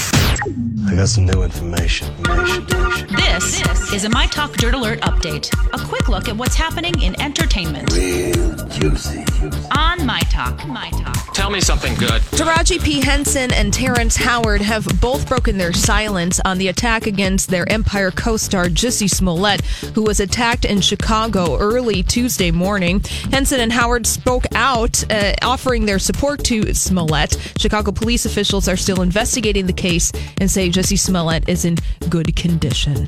I got some new information. information, information. This, is a My Talk Dirt Alert update. A quick look at what's happening in entertainment Real juicy. on My Talk. My Talk. Tell me something good. Taraji P. Henson and Terrence Howard have both broken their silence on the attack against their Empire co star Jissy Smollett, who was attacked in Chicago early Tuesday morning. Henson and Howard spoke out, uh, offering their support to Smollett. Chicago police officials are still investigating the case and say Jissy Smollett is in good condition.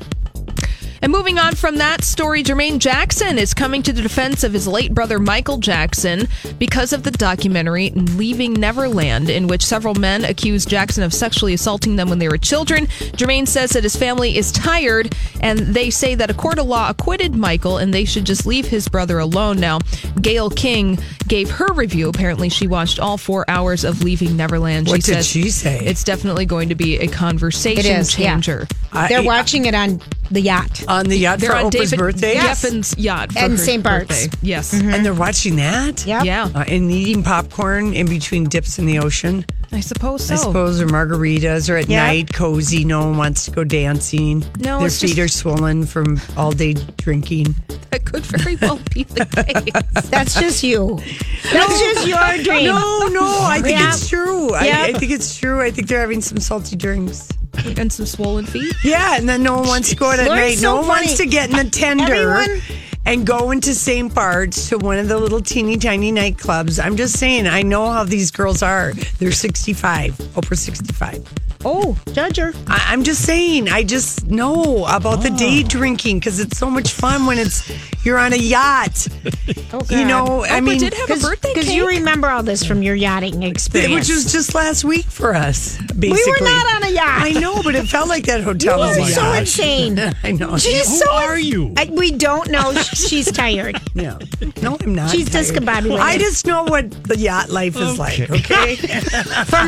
And moving on from that story, Jermaine Jackson is coming to the defense of his late brother Michael Jackson because of the documentary Leaving Neverland, in which several men accused Jackson of sexually assaulting them when they were children. Jermaine says that his family is tired and they say that a court of law acquitted Michael and they should just leave his brother alone now. Gail King gave her review. Apparently, she watched all four hours of Leaving Neverland. What did says she say? It's definitely going to be a conversation is, yeah. changer. I- Uh, They're watching it on the yacht. on the yacht They're for on Oprah's David birthday, Yes. Yeffen's yacht for And her St. Bart's. birthday. Yes. and they're watching that. Yep. Yeah. Uh, and eating popcorn in between dips in the ocean, I suppose so. I suppose, or margaritas, or at Yeah. night, cozy. No one wants to go dancing. No, their it's feet just- are swollen from all day drinking. That could very well be the case. That's just you. That's just your dream. No, no, I think Yeah. it's true. Yeah. I, I think it's true. I think they're having some salty drinks. and some swollen feet. Yeah, and then no one wants to go out at Lord, night. so no one funny. wants to get in the tender Everyone- and go into St. Bart's to one of the little teeny tiny nightclubs. I'm just saying, I know how these girls are. They're 65, Oprah 65. Oh, judge her. I, I'm just saying, I just know about the day Oh. drinking because it's so much fun when it's you're on a yacht. you know, Oh, I Oprah mean, did have a birthday Because cake. you remember all this from your yachting experience. which was just last week for us. Basically, not on a yacht. I know, but it felt like that hotel You was are a so yacht. insane. I know. She's Who so are you? I, we don't know. She's tired. Yeah. No, I'm not. She's tired. discombobulated. I just know what the yacht life is like, okay? From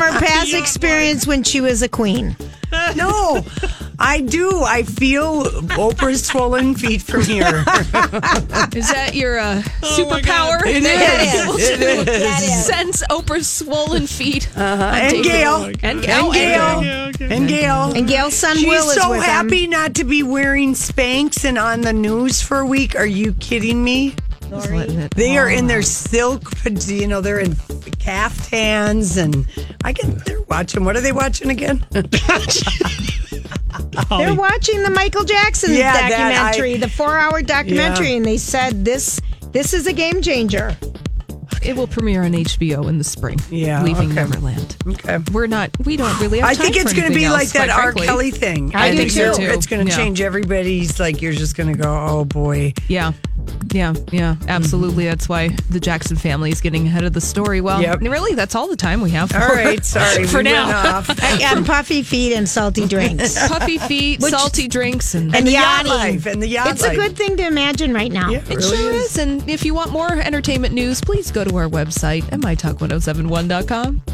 her past experience when she was a queen. no, I do. I feel Oprah's swollen feet from here. Is that your uh, my superpower? God. It is. It is. Sense Oprah's swollen feet. Uh-huh. And Gail. And Gail. And Gail. Yeah, okay. And Gail. And Gail's son She's Will is so with happy not to be wearing Spanx and on the news for a week. Are you kidding me? They are in their silk, paj- you know, they're in caftans, and I get they're watching. What are they watching again? Them. They're watching the Michael Jackson Yeah, that documentary, I- the four-hour documentary, Yeah. and they said this this is a game changer. It will premiere on HBO in the spring. Yeah, Leaving okay. Neverland. Okay. We're not, we don't really have I time think for it's going to anything be else, like that quite R. frankly. Kelly thing. I do think too. so. It's going to Yeah. change everybody's. Like you're just going to go, oh boy. Yeah. Yeah, yeah, absolutely. That's why the Jackson family is getting ahead of the story. Well, Mm-hmm. Yep. and really, that's all the time we have. For, All right, sorry. for we went now. off. And puffy feet and salty drinks. Puffy feet, salty drinks, and And the yacht Yachting. life and the yacht It's a life. good thing to imagine right now. Yeah, It sure oh is. And if you want more entertainment news, please go to our website at mytalk1071.com.